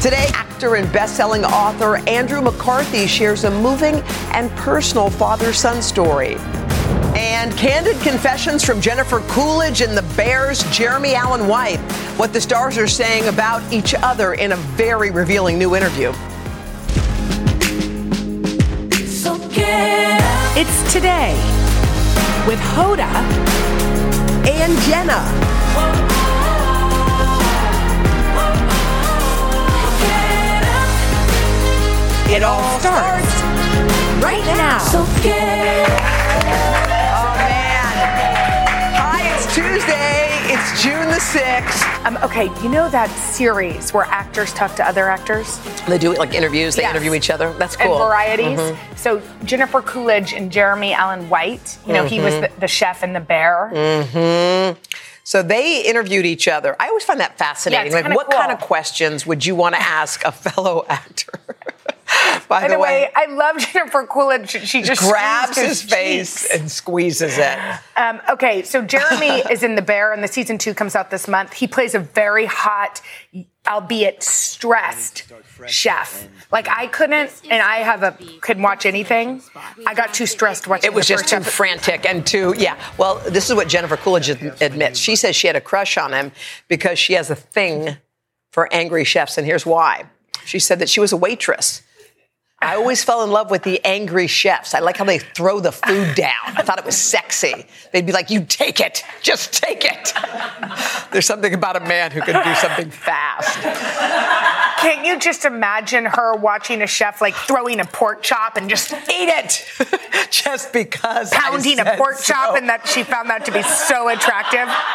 Today, actor and best-selling author Andrew McCarthy shares a moving and personal father-son story. And candid confessions from Jennifer Coolidge and the Bears' Jeremy Allen White. What the stars are saying about each other in a very revealing new interview. It's today with Hoda and Jenna. It all starts right now. Oh man. Hi, it's Tuesday. It's June the 6th. Um, okay, you know that series where actors talk to other actors They do like interviews, they Yes. interview each other. That's and cool. Mm-hmm. varieties? So Jennifer Coolidge and Jeremy Allen White, you know, he was Mm-hmm. the, the chef and the bear. So they interviewed each other. I always find that fascinating. Yeah, it's like kinda what kind of cool. questions would you want to ask a fellow actor? By, By the way, I love Jennifer Coolidge. She just grabs squeezed his face cheeks. and squeezes it. Um, okay, so Jeremy is in The Bear, and the season two comes out this month. He plays a very hot, albeit stressed chef. Like I couldn't, and I have a couldn't watch anything. I got too stressed watching. It was the just first too episode. frantic and too, yeah. Well, this is what Jennifer Coolidge ad- admits. She says she had a crush on him because she has a thing for angry chefs, and here's why. She said that she was a waitress. I always fell in love with the angry chefs. I like how they throw the food down. I thought it was sexy. They'd be like, you take it, just take it. There's something about a man who can do something fast. Can you just imagine her watching a chef like throwing a pork chop and just Eat it! just because. I pounding a said pork chop, so. and that she found that to be so attractive?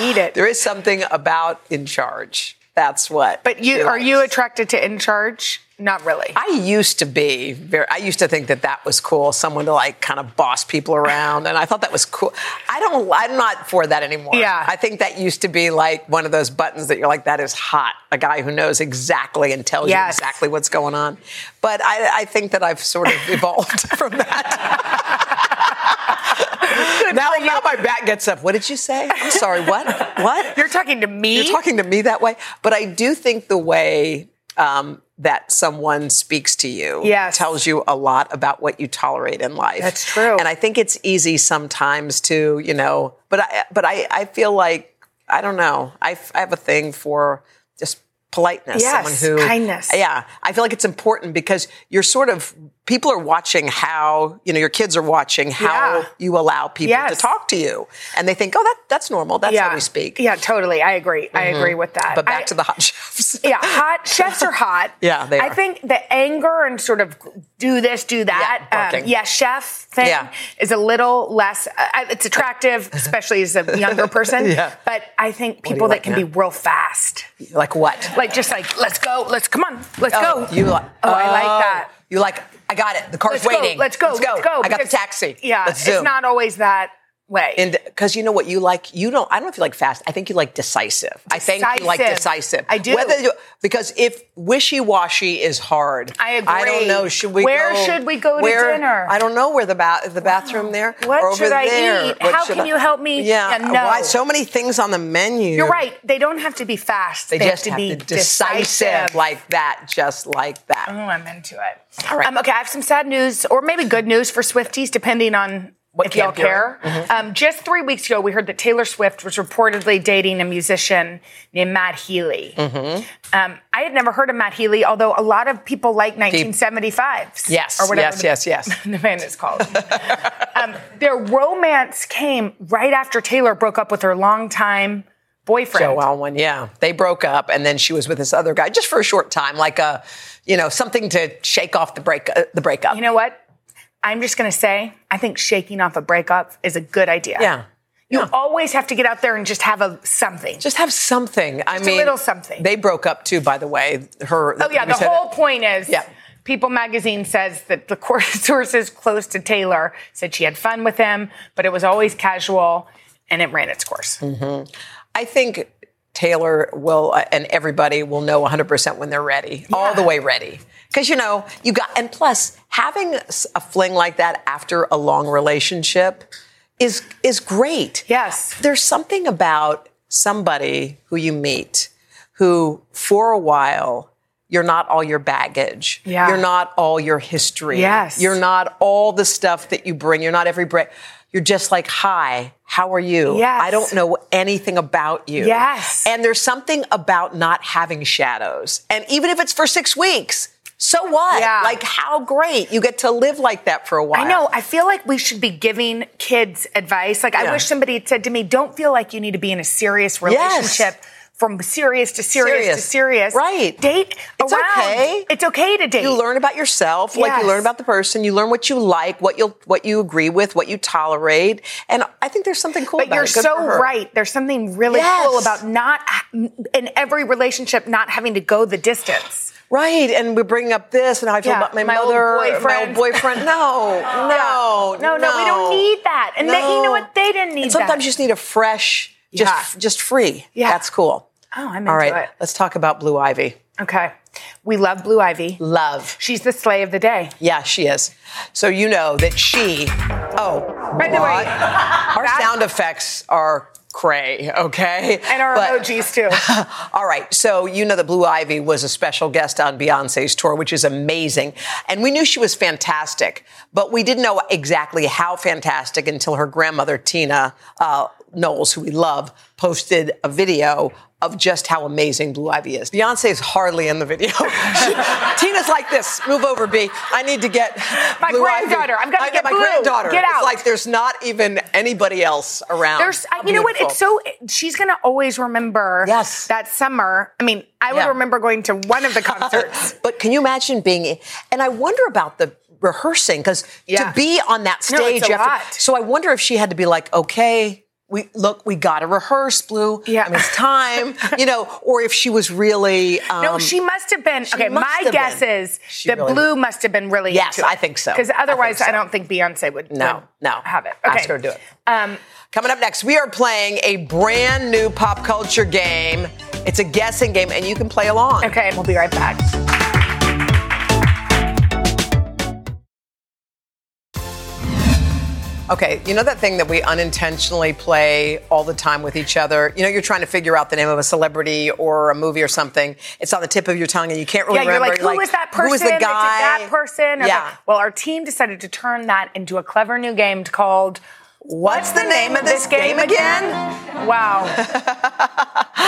Eat it. There is something about in charge. That's what. But you are you attracted to in charge? Not really. I used to be very. I used to think that that was cool. Someone to like kind of boss people around, and I thought that was cool. I don't. I'm not for that anymore. Yeah. I think that used to be like one of those buttons that you're like, that is hot. A guy who knows exactly and tells you Yes. exactly what's going on. But I, I think that I've sort of evolved from that. now, now my back gets up. What did you say? I'm sorry. What? What? You're talking to me. You're talking to me that way. But I do think the way um, that someone speaks to you Yes. tells you a lot about what you tolerate in life. That's true. And I think it's easy sometimes to, you know, but I, but I, I feel like, I don't know, I, f- I have a thing for just politeness. Yes, someone who, kindness. Yeah. I feel like it's important because you're sort of, people are watching how, you know, your kids are watching how Yeah. you allow people to Yes. talk to you. And they think, oh, that, that's normal. That's how we speak. Mm-hmm. Yeah, totally. I agree. I agree with that. But back I- to the hot chefs. yeah, hot chefs are hot. Yeah, they I are. think the anger and sort of do this, do that, um, Yeah, barking. yeah chef thing Yeah. is a little less. Uh, it's attractive, especially as a younger person. Yeah. But I think people that like can now? be real fast, Like what? like just like let's go, let's come on, let's go. You like? Oh, I like that. You like? I got it. The car's Let's waiting. go. Let's go. Let's go. I got the because- taxi. Yeah, Let's zoom. it's not always that way. And because you know what you like, you don't. I don't know if you like fast. I think you like decisive. I think you like Decisive. decisive. I do. Whether you, because if wishy washy is hard, I agree. I don't know. Should we? Where go- should we go to where- dinner? I don't know where the ba- the bathroom there. What or over should I there. eat? What How should can I- you help me? Yeah. And no. Why so many things on the menu? You're right. They don't have to be fast. They, just have to be decisive, decisive. like that, just like that. Oh, I'm into it. All right. Um, okay, I have some sad news, or maybe good news for Swifties, depending on if y'all camp you're care. Mm-hmm. Um, just three weeks ago, we heard that Taylor Swift was reportedly dating a musician named Matt Healy. Mm-hmm. Um, I had never heard of Matt Healy, although a lot of people like 1975s. Yes, or whatever yes, yes, yes. the band is called. um, their romance came right after Taylor broke up with her longtime boyfriend. Joe Alwyn, yeah. They broke up, and then she was with this other guy just for a short time, like a, you know, something to shake off the break uh, the breakup. You know what? I'm just going to say, I think shaking off a breakup is a good idea. yeah. You always have to get out there and just have a something. Just have something. I a mean, little something. They broke up too, by the way. Her. oh yeah, the whole point is Yeah. People magazine says that the court sources close to Taylor said she had fun with him, but it was always casual and it ran its course. Mm. I think Taylor will uh, and everybody will know 100% when they're ready, all the way ready. Because, you know, you got, and plus, having s- a fling like that after a long relationship is is great. Yes. There's something about somebody who you meet who, for a while, you're not all your baggage. Yeah. You're not all your history. Yes. You're not all the stuff that you bring. You're not every break. You're just like, hi, how are you? Yes. I don't know anything about you. Yes. And there's something about not having shadows. And even if it's for six weeks, so what? Yeah. Like, how great. You get to live like that for a while. I know. I feel like we should be giving kids advice. Like, Yeah. I wish somebody had said to me, don't feel like you need to be in a serious relationship. From serious to serious, to Serious. serious. Right. Date It's around. okay. It's okay to date. You learn about yourself, like Yes. you learn about the person. You learn what you like, what you what you agree with, what you tolerate, and I think there's something cool. But about you're it. Good so for her. right. There's something really Yes. cool about not in every relationship not having to go the distance. right? And we're bringing up this and how I feel Yeah, about my, my old mother, my old boyfriend. boyfriend. No, no, No, no, we don't need that. And they- you know what? They didn't need And sometimes that. you just need a fresh, just Yeah. just free. Yeah. that's cool. Oh, I'm into All right, it. let's talk about Blue Ivy. Okay, we love Blue Ivy. Love. She's the slay of the day. Yeah, she is. So you know that she. Oh, By the way, our sound effects are cray. Okay, and our But- emojis too. All right. So, you know, that Blue Ivy was a special guest on Beyonce's tour, which is amazing. And we knew she was fantastic, but we didn't know exactly how fantastic until her grandmother, Tina uh, Knowles, who we love, posted a video of just how amazing Blue Ivy is. Beyonce is hardly in the video. She- Tina's like this move over, B. I need to get My Blue Ivy. granddaughter. I've gotta I- get my Blue. granddaughter. Get out. It's like there's not even anybody else around. There's, How you know what? It's beautiful. so she's gonna always remember. Yes. That summer. I mean, I would Yeah. remember going to one of the concerts. But can you imagine being? And I wonder about the rehearsing because Yeah. to be on that No, stage, it's a you have to- lot. so I wonder if she had to be like, okay. We look, we gotta rehearse, Blue. Yeah. I mean, it's time, you know, or if she was really um, No, she must have been. Okay, must my have guess been. is She that really- Blue must have been really. Yes, I think so. Because I think otherwise, I, so. don't think Beyonce would. No, would no. have it. Ask Okay, her to do it. Um, Coming up next, we are playing a brand new pop culture game. It's a guessing game, and you can play along. okay, and we'll be right back. Okay, you know that thing that we unintentionally play all the time with each other? You know, you're trying to figure out the name of a celebrity or a movie or something. It's on the tip of your tongue and you can't really Yeah, you're remember. like, who was that person? Who was the Is guy? it that person? Or Yeah. Well, our team decided to turn that into a clever new game called. What's the name of this game again? Wow.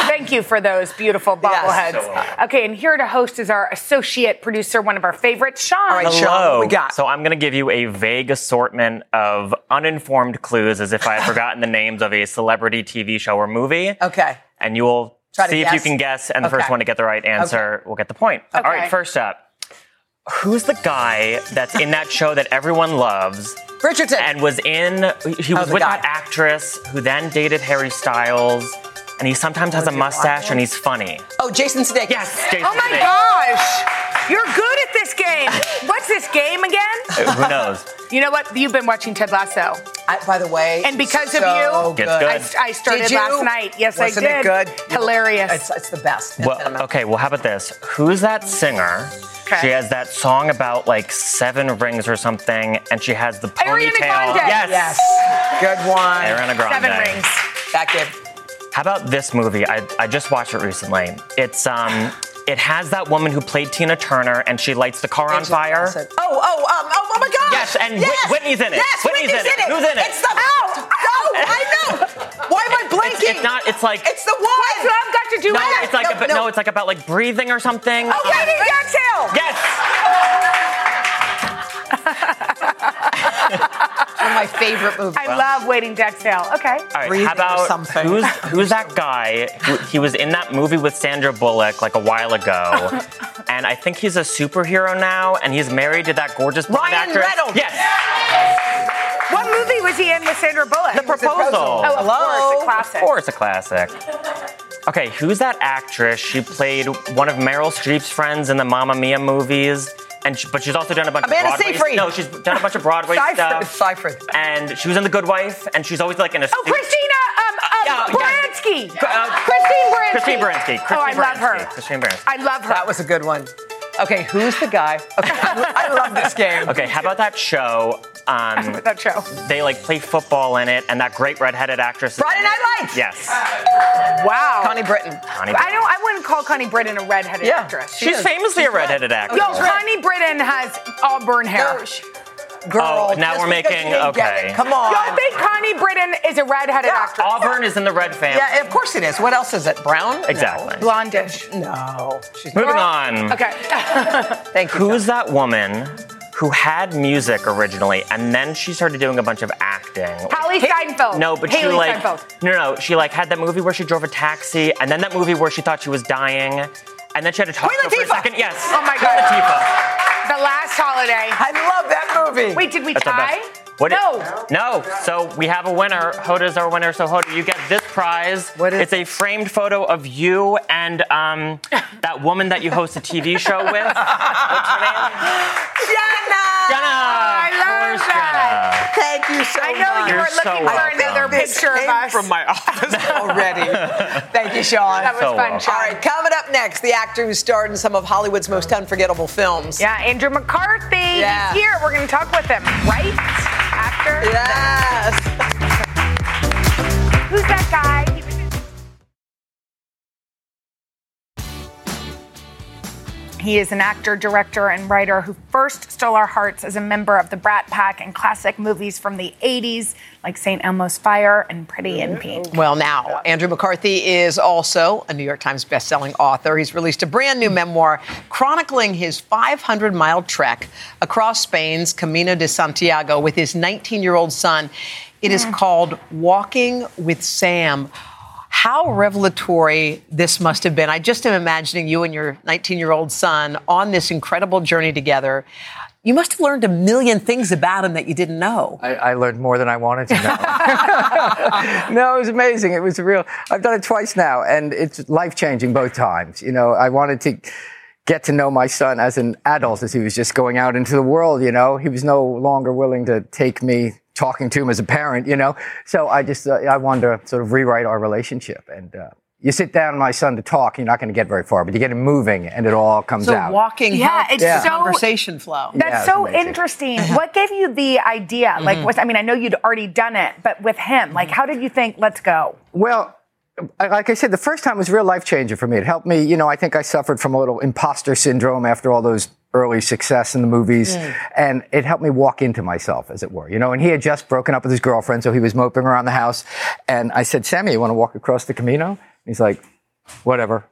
Thank you for those beautiful bobbleheads. Okay, and here to host is our associate producer, one of our favorites, Sean. right, Sean. Hello. What we got? So I'm going to give you a vague assortment of uninformed clues as if I had forgotten the names of a celebrity TV show or movie. Okay. And you will Try to see if you guess. can guess, and the first Okay. one to get the right answer will get the point. All Okay. right, first up. Who's the guy that's in that show that everyone loves Richardson. and was in, he was the with guy. that actress who then dated Harry Styles, and he sometimes has a it mustache Wild? and he's funny. oh, Jason Sudeikis. Yes, Jason Oh my Sudeikis. gosh! You're good at this game. What's this game again? Who knows? You know what? You've been watching Ted Lasso. I, by the way. And because of so you- good. It's good. I, I started Did you? last night. Yes, Wasn't I did. it good? Hilarious. It's, it's the best. Well, okay, well, how about this? Who's that singer? Okay. She has that song about like seven rings or something, and she has the Ariana ponytail. Grande. Yes. Yes. Good one. Ariana Grande. Seven rings. That gave. How about this movie? I, I just watched it recently. It's um, it has that woman who played Tina Turner, and she lights the car on Angela fire. Bassett. Oh, oh, um, oh, oh my gosh. Yes, and Whit- Whitney's in it. Yes, Whitney's, Whitney's in in it. it. Who's in it? It's the. Ow! No, I know. Why am I It's, blanking? it's not. It's like. It's the one. What's love got to do no, with it? it's like No, about, no. no. it's like about like breathing or something. Oh, Lady Exhale! Yes. One of my favorite movies. I love waiting to exhale. Okay. All right, breathing how or about something. who's who's that guy? Who, he was in that movie with Sandra Bullock like a while ago, and I think he's a superhero now, and he's married to that gorgeous blonde Ryan actress. Reynolds. Yes, What movie was he in with Sandra Bullock? The Proposal. Proposal. Oh, of Hello? course, a classic. of course, a classic. Okay, who's that actress? She played one of Meryl Streep's friends in the Mamma Mia movies, and she, but she's also done a bunch Amanda of Broadway. Seyfried. No, she's done a bunch of Broadway Seyfried. stuff. Cypher. And she was in The Good Wife, and she's always like in a. Oh, Christina um, um, Yeah, yeah. Baranski. Uh, Christine Baranski. Christine Baranski. Christine oh, I love Baranski. her. Christine Baranski. I love her. That was a good one. Okay, who's the guy? Okay, I love this game. Okay, how about that show? Um, that show. they like play football in it, and that great redheaded actress. is- Friday Night Lights. Yes. Wow. Connie Britton. Connie I don't. I wouldn't call Connie Britton a redheaded Yeah. actress. She- She's Yes. famously a redheaded actress. Yo, Connie Britton has auburn hair. Girl, sh- Girl. Oh, now just we're because making- you didn't get okay. it, Come on. Y'all think Connie Britton is a redheaded Yeah. actress? Auburn is in the red family. yeah, of course it is. What else is it? Brown? No. Exactly. Blondish. No. She's Moving on. Okay. Thank you. Who's that woman who had music originally and then she started doing a bunch of acting? Hallie Steinfeld. No, but Haley she like Steinfeld. no, no, she like had that movie where she drove a taxi, and then that movie where she thought she was dying, and then she had to talk Queen to her for a Latifah! second. Yes. Oh my Queen God. Latifah. The last holiday. I love that movie. Wait, did we That's our tie? best. What no. no. So we have a winner. Hoda's our winner. So Hoda, you get this prize. What is- it's a framed photo of you and um, that woman that you host a TV show with. What's her name? Jenna! Jenna. I Oh, love that. Thank you so I much. know you You're were so looking for welcome. another This picture of came us. from my office. already. Thank you, Sean. that was So fun. All well. Sean. right, coming up next, the actor who starred in some of Hollywood's most unforgettable films. Yeah, Andrew McCarthy. Yeah. He's here. We're going to talk with him right after. Yes. Who's that guy? He was in- He is an actor, director, and writer who first stole our hearts as a member of the Brat Pack in classic movies from the 80s, like St. Elmo's Fire and Pretty in Pink. Well, now, Andrew McCarthy is also a New York Times bestselling author. He's released a brand new memoir chronicling his 500 mile trek across Spain's Camino de Santiago with his 19 year old son. It is called Walking with Sam. How revelatory this must have been. I just am imagining you and your 19 year old son on this incredible journey together. You must have learned a million things about him that you didn't know. I, I learned more than I wanted to know. no, it was amazing. It was real. I've done it twice now, and it's life changing both times. You know, I wanted to get to know my son as an adult as he was just going out into the world. You know, he was no longer willing to take me talking to him as a parent. You know, so I just uh, I wanted to sort of rewrite our relationship and. Uh, you sit down with my son to talk, you're not going to get very far, but you get him moving and it all comes so out. walking Yeah, helped it's the so- conversation flow. Yeah, That's it's so amazing. Mm-hmm. interesting. What gave you the idea? Like, was, I mean, I know you'd already done it, but with him, like, how did you think, let's go? Well, I- like I said, the first time was a real life changer for me. It helped me, you know, I think I suffered from a little imposter syndrome after all those early success in the movies. And it helped me walk into myself, as it were, you know, and he had just broken up with his girlfriend. So he was moping around the house. And I said, Sammy, you want to walk across the Camino? And he's like, whatever.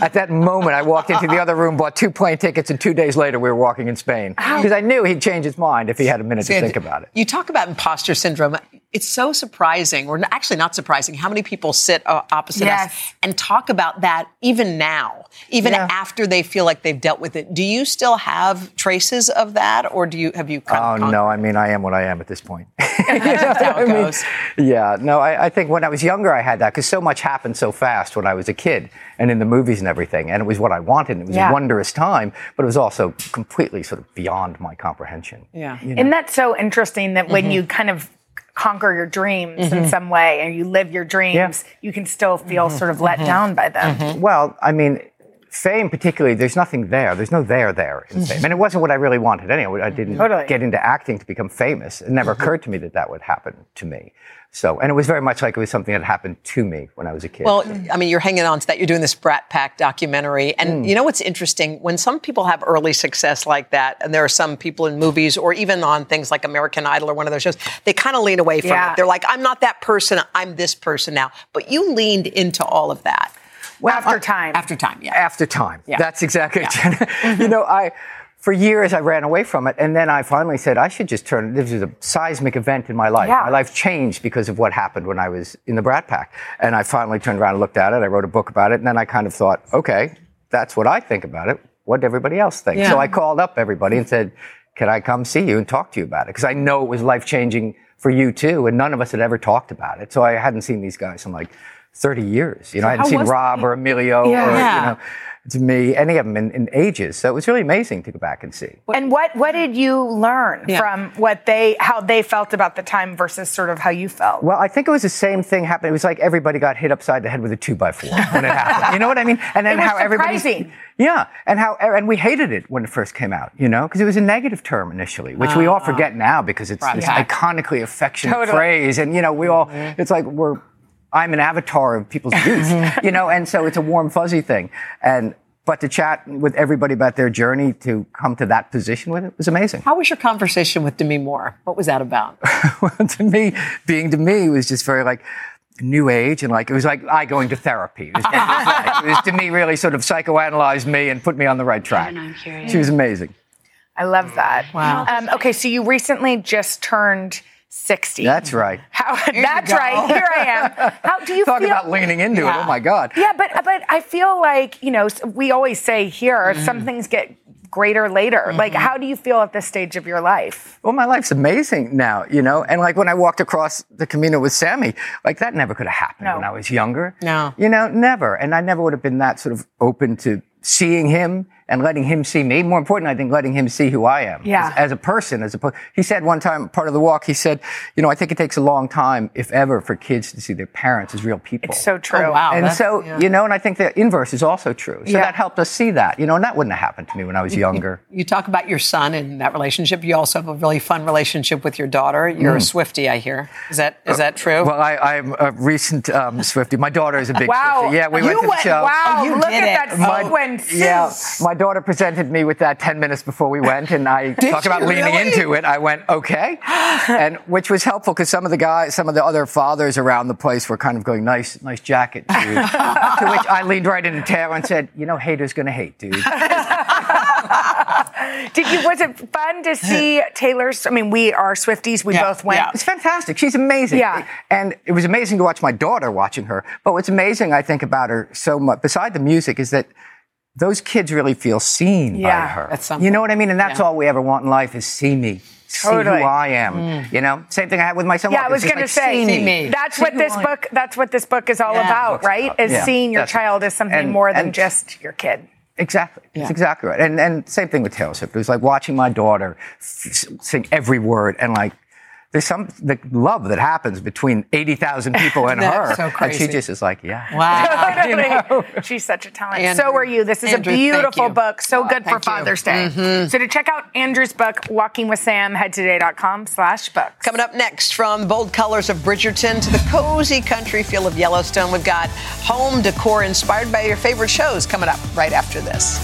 At that moment, I walked into the other room, bought two plane tickets, and two days later, we were walking in Spain. Because I knew he'd change his mind if he had a minute to And think about it. You talk about imposter syndrome. It's so surprising, or n- actually not surprising, how many people sit uh, opposite Yes. us and talk about that even now, even Yeah. after they feel like they've dealt with it. Do you still have traces of that, or do you have you? Come, Oh no! I mean, I am what I am at this point. You know what how I it mean? goes. Yeah, no, I, I think when I was younger, I had that because so much happened so fast when I was a kid and in the movies and everything, and it was what I wanted. And it was Yeah. a wondrous time, but it was also completely sort of beyond my comprehension. Yeah. Isn't that so interesting that Mm-hmm. when you kind of conquer your dreams in some way and you live your dreams, you can still feel Mm-hmm. sort of let down by them? Well, I mean, fame particularly, there's nothing there. There's no there there in fame. And it wasn't what I really wanted anyway. I didn't Totally. get into acting to become famous. It Mm-hmm. never occurred to me that that would happen to me. So, and it was very much like it was something that happened to me when I was a kid. Well, I mean, you're hanging on to that. You're doing this Brat Pack documentary. And you know what's interesting? When some people have early success like that, and there are some people in movies or even on things like American Idol or one of those shows, they kind of lean away from Yeah. it. They're like, I'm not that person, I'm this person now. But you leaned into all of that. after time. After time, yeah. after time. That's exactly. you know, I for years I ran away from it, and then I finally said I should just turn. This was a seismic event in my life. Yeah. My life changed because of what happened when I was in the Brat Pack, and I finally turned around and looked at it. I wrote a book about it, and then I kind of thought, okay, that's what I think about it. What did everybody else think? Yeah. So I called up everybody and said, "Can I come see you and talk to you about it?" Because I know it was life changing for you too, and none of us had ever talked about it. So I hadn't seen these guys in like 30 years. You know, I hadn't how seen was Rob or Emilio or, Yeah. you know, to me, any of them in, in ages. So it was really amazing to go back and see. And what what did you learn Yeah. from what they how they felt about the time versus sort of how you felt? Well, I think it was the same thing happened. It was like everybody got hit upside the head with a two by four when it happened. You know what I mean? And It was everybody's- surprising. yeah, and how and we hated it when it first came out. You know, because it was a negative term initially, which we all forget now because it's this Right. iconically affectionate Ah. Totally. Mm-hmm. phrase, and you know, we all it's like we're I'm an avatar of people's youth, Mm-hmm. you know, and so it's a warm fuzzy thing, and. But to chat with everybody about their journey to come to that position with it was amazing. How was your conversation with Demi Moore? What was that about? well, to me, being to me was just very like new age and like it was like I going to therapy. It was, it was to me really sort of psychoanalyzed me and put me on the right track. I'm curious. She was amazing. I love that. Wow. Um, okay, so you recently just turned sixty. That's right. how, that's right. Here I am. How do you Talk feel? about leaning into it. Oh my God. Yeah, but but I feel like you know s- we always say here Mm-hmm. some things get greater later. Like, how do you feel at this stage of your life? Well, "Oh, my life's amazing now, you know. And like when I walked across the Camino with Sammy, like that never could have happened No. when I was younger. No. You know, never. And I never would have been that sort of open to seeing him and letting him see me. More important, I think, letting him see who I am Yeah. as, as a person. As a, he said one time, part of the walk, he said, you know, I think it takes a long time, if ever, for kids to see their parents as real people. It's so true. Oh, wow. And that's- so, yeah. you know, and I think the inverse is also true. So Yeah. that helped us see that, you know, and that wouldn't have happened to me when I was younger. You talk about your son and that relationship. You also have a really fun relationship with your daughter. You're a Swifty, I hear. Is that is that Oh. true? Well, I, I'm a recent um, Swifty. My daughter is a big Wow. Swifty. Yeah, we you went to the show. Wow. Oh, you look did at it. that My- sequence. Yeah, my daughter presented me with that 10 minutes before we went, and I talk about you leaning really? into it. I went, okay. And which was helpful because some of the guys, some of the other fathers around the place were kind of going, nice, nice jacket, dude. to which I leaned right into Taylor and said, you know, haters gonna hate, dude. Did you? Was it fun to see Taylor's? I mean, we are Swifties. We Yeah, both went. yeah. It's fantastic. She's amazing. Yeah. And it was amazing to watch my daughter watching her. But what's amazing, I think, about her so much, beside the music, is that those kids really feel seen Yeah, by her. that's something. you know what I mean? And that's Yeah. all we ever want in life is see me. See Totally. Mm. who I am. You know, same thing I had with my son. Yeah, I Walker. was It's just gonna like, say see me. me. that's what who this I am. book. That's what this book is all Yeah. about, Book's about, right? Is yeah. seeing your That's- child as something and- more than and- just your kid. Exactly. Yeah. That's exactly right. And and same thing with Taylor Swift. It was like watching my daughter f- sing every word and like. There's some the love that happens between eighty thousand people and That's her, so and she crazy. just is like, yeah, wow. Totally. She's such a talent. so Andrew- are you. This is Andrew, thank a beautiful you. book. So good for thank you. Mm-hmm. Father's Day. So to check out Andrew's book, Walking with Sam, head to today.com slash books. Coming up next, from bold colors of Bridgerton to the cozy country feel of Yellowstone, we've got home decor inspired by your favorite shows coming up right after this.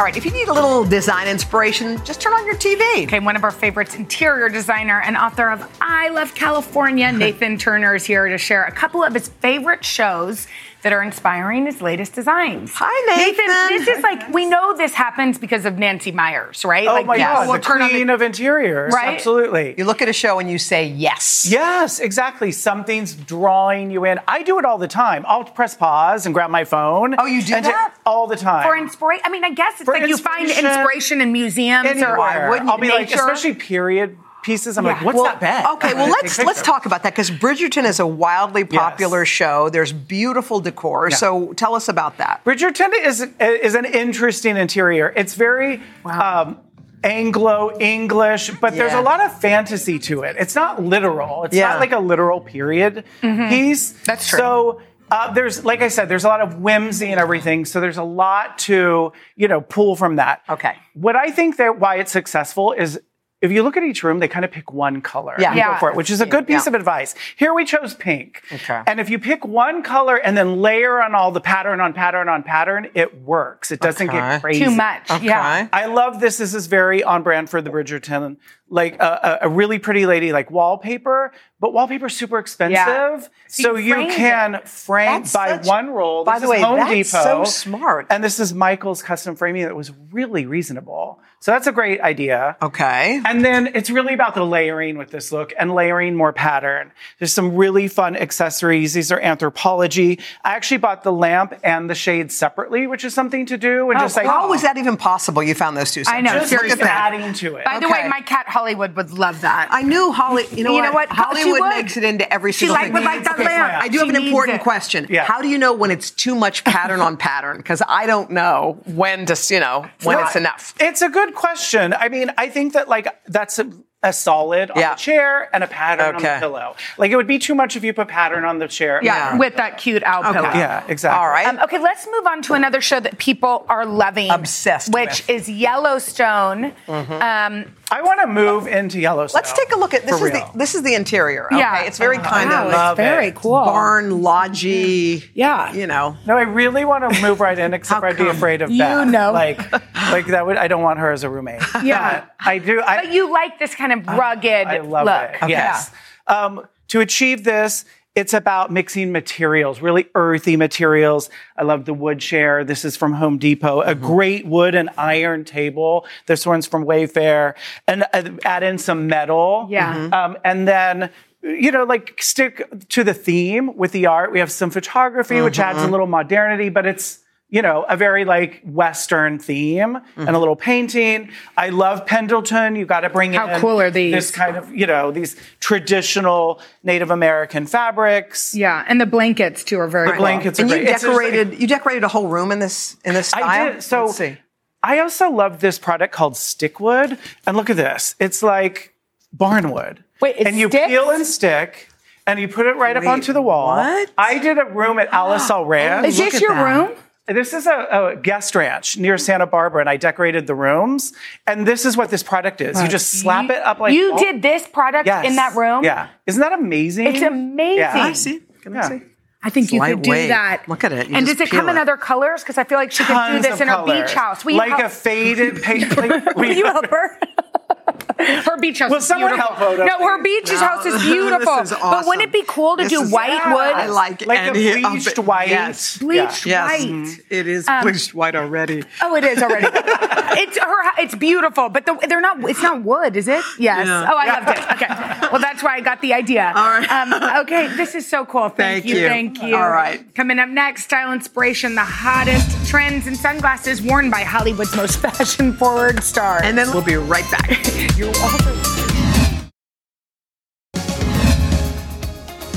All right, if you need a little design inspiration, just turn on your TV. Okay, one of our favorites, interior designer and author of I Love California, Nathan Turner is here to share a couple of his favorite shows that are inspiring his latest designs. Hi, Nathan. this is like, we know this happens because of Nancy Myers, right? Oh like, my people will God, the turn on the- queen of interiors. Right? Absolutely. You look at a show and you say yes. Yes, exactly. Something's drawing you in. I do it all the time. I'll press pause and grab my phone. Oh, you do and ta- that? all the time. For inspiration, I mean, I guess it's For like you find inspiration- inspiration in museums or Anywhere. wouldn't I'll be like, nature? especially period pieces. I'm Yeah. like, what's Well, oh, that bed? Okay, well And I let's take let's pictures. talk about that because Bridgerton is a wildly popular show. There's beautiful decor, so tell us about that. Bridgerton is is an interesting interior. It's very um, Anglo English, but there's Yeah. a lot of fantasy to it. It's not literal. It's Yeah. Mm-hmm. not like a literal period piece. That's true. So. Uh, there's, like I said, there's a lot of whimsy and everything. So there's a lot to, you know, pull from that. Okay. What I think that why it's successful is if you look at each room, they kind of pick one color. Yeah. and Yeah. Go for it, which is a good piece Yeah. of advice. Here we chose pink. Okay. And if you pick one color and then layer on all the pattern on pattern on pattern, it works. It doesn't Okay. get crazy. too much. Yeah. Okay. I love this. uh, This is very on brand for the Bridgerton. Like a, a, a really pretty lady, like wallpaper, But wallpaper's super expensive, So so you you frame can frame That's by such- one roll. by This the is way, Home that's Depot, so smart. And this is Michael's custom framing that was really reasonable. So that's a great idea. Okay. And then it's really about the layering with this look and layering more pattern. There's some really fun accessories. These are anthropology. I actually bought the lamp and the shade separately, which is something to do. And just like Oh, How was that even possible? You found those two. I know, Just look at seriously. that. adding to it. By the way, Okay. my cat Hollywood would love that. I knew Holly. You know, You know what? She Hollywood would. makes it into every She single like- thing. would like that lamp. I do have She an needs important it. question. Yeah. How do you know when it's too much pattern on pattern? Because I don't know when to, you know, when it's Right. enough. It's a good question. I mean, I think that like that's a, a solid on Yeah. the chair and a pattern on Okay. the pillow. Like it would be too much if you put pattern on the chair. Yeah. with that cute owl pillow. Yeah, exactly. All right. Um, okay, let's move on to another show that people are loving, Obsessed which with. is Yellowstone. Mm-hmm. Um, I want to move into Yellowstone. Let's take a look at this. For Is the, real. this is the interior. Okay? Yeah. It's very kind wow, of love Oh, it's very it. cool. barn lodgy. Yeah. You know. No, I really want to move right in, except I'd be come? afraid of You Beth. know. like, like that would. I don't want her as a roommate. Yeah. But I do. I, But you like this kind of rugged I love look. it. Yes. Um, to achieve this, it's about mixing materials, really earthy materials. I love the wood chair. This is from Home Depot, Mm-hmm. a great wood and iron table. This one's from Wayfair, and uh, add in some metal. Yeah. Mhm. Um, and then. You know, like stick to the theme with the art. We have some photography, which Mm-hmm. adds a little modernity, but it's you know, a very like Western theme Mm-hmm. and a little painting. I love Pendleton. You got to bring How in cool are these? This kind of, you know, these traditional Native American fabrics. Yeah, and the blankets too are very cool. blankets are And you great. It's just like- decorated. you decorated a whole room in this in this style. I did. So Let's see. I also love this product called Stickwood. And look at this. It's like barnwood. Wait, it and you sticks? peel and stick. And you put it right Wait, up onto the wall. what? I did a room at Alice Al Ranch. Oh, Is Look this at your that. room? This is a, a guest ranch near Santa Barbara, and I decorated the rooms. And this is what this product is. You just slap it up like you wall- did this product Yes. in that room. Yeah, isn't that amazing? It's amazing. I Yeah. see. Can I Yeah. see? I think you could do lightweight. that. Look at it. You and just does it peel come in it. other colors? Because I feel like she could do Tons this of in her colors. beach house. Will you like a help- faded paint. Like, Will you help her? her beach house Will is someone beautiful. help Oda, no, her please? beach No, house is this beautiful. is But wouldn't awesome. it be cool to This do is- white Yeah. wood? I like Like and a he- of bleached it- white. Yes. bleached Yes. white. Mhm. It is bleached white already. Oh, it is already. it's her. It's beautiful, but the, they're not. It's not wood, is it? Yes. Yeah. Oh, I loved it. Okay. Well, that's why I got the idea. All right. Um, okay. This is so cool. Thank Thank, you. Thank you. All right. Coming up next, style inspiration: the hottest trends in sunglasses worn by Hollywood's most fashion-forward stars. And then we'll be right back. You're welcome.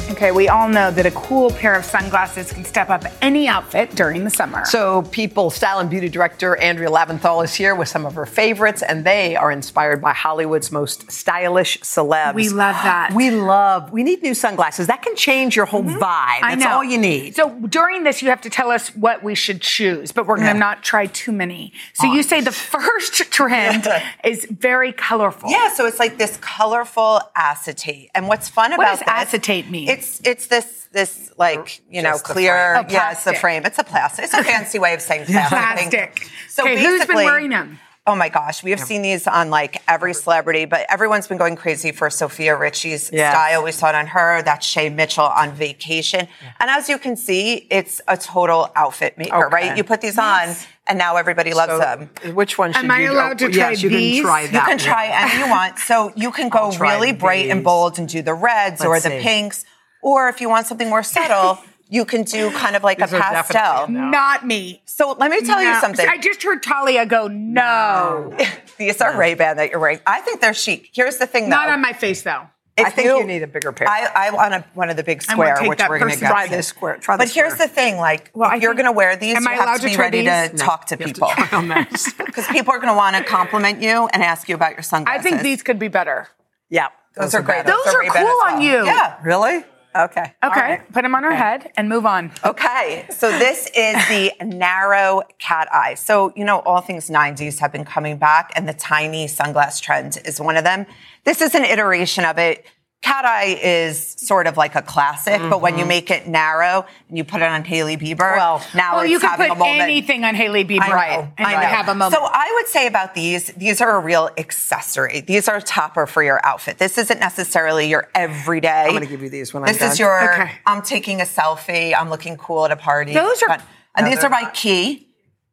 Okay, we all know that a cool pair of sunglasses can step up any outfit during the summer. So, People Style and Beauty Director Andrea Laventhal is here with some of her favorites, and they are inspired by Hollywood's most stylish celebs. We love that. We love. We need new sunglasses. That can change your whole vibe. That's I know. all you need. So during this, you have to tell us what we should choose, but we're going to Yeah. not try too many. So you say the first trend is very colorful. Yeah, so it's like this colorful acetate. And what's fun about does this- acetate mean? It's it's this this like you know Just the clear. frame. A Yeah, it's the plastic. frame. It's a plastic. It's a fancy way of saying plastic. Plastic. So okay, who's been basically- wearing them? Oh my gosh, we have seen these on like every celebrity, but everyone's been going crazy for Sophia Richie's Yes. style. We saw it on her. That's Shay Mitchell on vacation. And as you can see, it's a total outfit maker, Okay. right? You put these on, and now everybody loves them. Which one should Am I you allowed to oh, try yes, you these? can try You that. You can try one. any you want. So you can go I'll try really bright and these. bold and do the reds or Let's the see. pinks. Or if you want something more subtle, you can do kind of like These a are definitely pastel. a no. Not me. So let me tell No. you something. I just heard Talia go, no. These are Ray Ban that you're wearing. I think they're chic. Here's the thing, though. Not on my face, though. If I think you need a bigger pair. I, I want a, one of the big I'm gonna square, take which that we're going to person. go. Try this square. Try But this here's square. the thing: like, I if you're think- going to wear these, Am you I allowed have to to be try ready to these? No, talk to You have to people try on those. because people are going to want to compliment you and ask you about your I sunglasses. think these could be better. yeah, Those are great. better. Those are Ray-Ban as cool well. on you. Yeah. Really? Okay. Okay, put them on her head and move on. Oh, Okay, so this is the narrow cat eye. So, you know, all things 90s have been coming back, and the tiny sunglass trend is one of them. This is an iteration of it. Cat Eye is sort of like a classic, but when you make it narrow and you put it on Haley Bieber, Well- now Well, it's you can having put a moment. anything on Haley Bieber, I right? know, And I you know. have a moment. So I would say about these, these are a real accessory. These are a topper for your outfit. This isn't necessarily your everyday. I'm gonna give you these when I'm This done. is your. Okay. I'm taking a selfie. I'm looking cool at a party. Those are- Fun. and these are my key.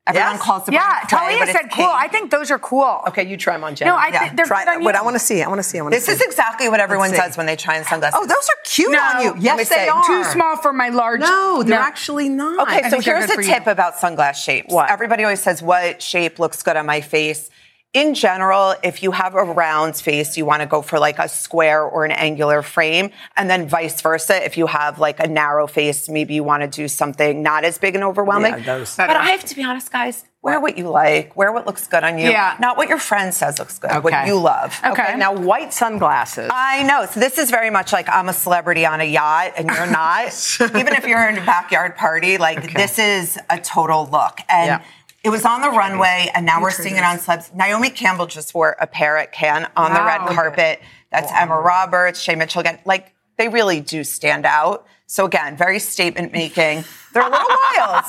Everyone Yes. calls them. yeah, clay, Talia but it's said cool. key. I think those are cool. Okay, you try them on, Jen. No, I think Yeah. they're try. good on you. What I want to see, I want to see, I want to This see. is exactly what everyone Let's see. does when they try on sunglasses. Oh, those are cute No. on you. Let me Yes, say, they are. Too small for my large. No, they're actually not. Okay, so think they're here's good a for you. tip about sunglass shapes. What? Everybody always says, what shape looks good on my face? In general, if you have a round face, you want to go for like a square or an angular frame. And then vice versa. If you have like a narrow face, maybe you want to do something not as big and overwhelming. Yeah, those- But I have to be honest, guys, wear what you like, wear what looks good on you. Yeah. Not what your friend says looks good, what Okay. you love. Okay. Now, white sunglasses. I know. So this is very much like I'm a celebrity on a yacht and you're not. Even if you're in a backyard party, like this is a total look. And Yeah. it was on the runway and now we're seeing it on celebs. Naomi Campbell just wore a parrot can on the Wow. red carpet. That's Emma Roberts, Shay Mitchell again. Like they really do stand out. So again, very statement making. They're a little wild.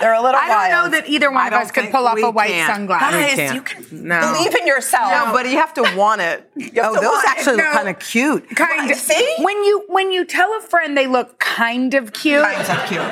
They're a little I don't know wild. that either one I of don't us could think pull off we a white can. sunglass. Guys, can't. you can No. believe in yourself. No, but you have to want it. have oh, to those want it. actually look No. kind of cute. Kind Right, see? When you when you tell a friend they look kind of cute, Kinds of cute.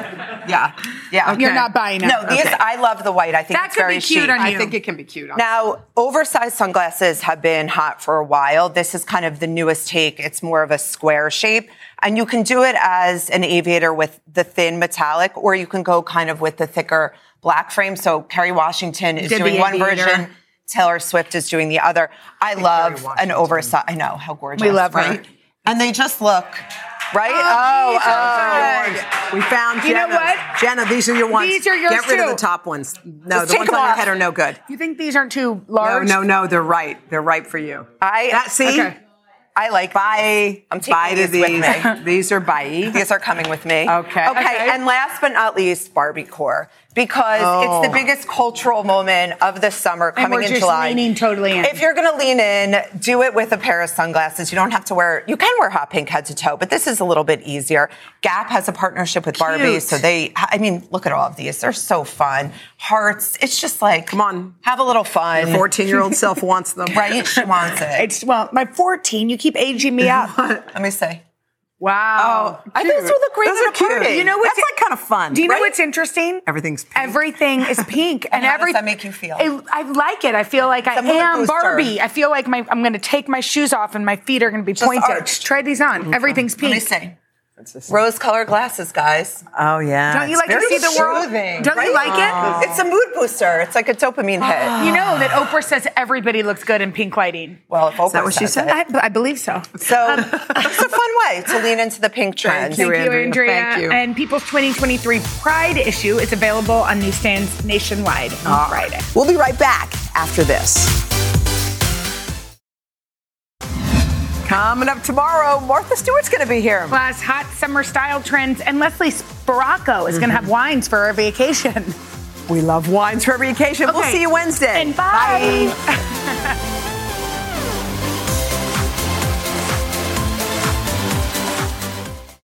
Yeah. Yeah. you're not buying it. No, these I love the white. I think that it's could very be cute chic. on you. I- think it can be cute. On Now, oversized sunglasses have been hot for a while. This is kind of the newest take. It's more of a square shape, and you can do it as an aviator with the thin metallic, or you can go kind of with the thicker black frame. So Kerry Washington is Did the doing one aviator. version. Taylor Swift is doing the other. I love an oversized. I know how gorgeous. We love her. right? And they just look right. Oh, these are oh. We found You know Jenna's. what? Jenna, these are your ones. These are yours Get rid of too. the top ones. No, Just the take ones them on your off. head are no good. You think these aren't too No, large? no, no. They're right. They're right for you. I- that see. Okay. I like Bye. I'm taking bye to these with these. me. these are bye. These are coming with me. Okay. Okay. Okay. And last but not least, Barbie Core. Because it's the biggest cultural moment of the summer coming and we're in just July. leaning totally in. If you're going to lean in, do it with a pair of sunglasses. You don't have to wear, you can wear hot pink head to toe, but this is a little bit easier. Gap has a partnership with Barbie. Cute. So they, I mean, look at all of these. They're so fun. Hearts. It's just like, come on. Have a little fun. Fourteen-year-old self wants them. Right? She wants it. it's well, my 14. You keep aging me up. Let me see. Oh, wow. I think this would look great Those at are a party. cute. You know what's That's like kind of fun. Do you know right? what's interesting? Everything's pink. Everything is pink, and how does every that make you feel? I, I like it. I feel like I It's a mood am booster. Barbie. I feel like my I'm going to take my shoes off, and my feet are going to be pointed. arched. Try these on. Everything's Let me pink. see. Rose colored glasses, guys. Oh yeah. Don't you like to very see the world? soothing, Don't you right? like it? It's a mood booster. It's like a dopamine hit. You know that Oprah says everybody looks good in pink lighting. Well, if Oprah that what she says said? it. I, I believe so. So it's a fun way to lean into the pink trend. you. Thank you, Andrea. Andrea. Thank you. And People's 2023 Pride issue is available on newsstands nationwide on Friday. We'll be right back after this. Coming up tomorrow, Martha Stewart's going to be here. Plus, hot summer style trends, and Leslie Spiracco is going to have wines for our vacation. We love wines for every occasion. We'll Okay. see you Wednesday. And bye. bye.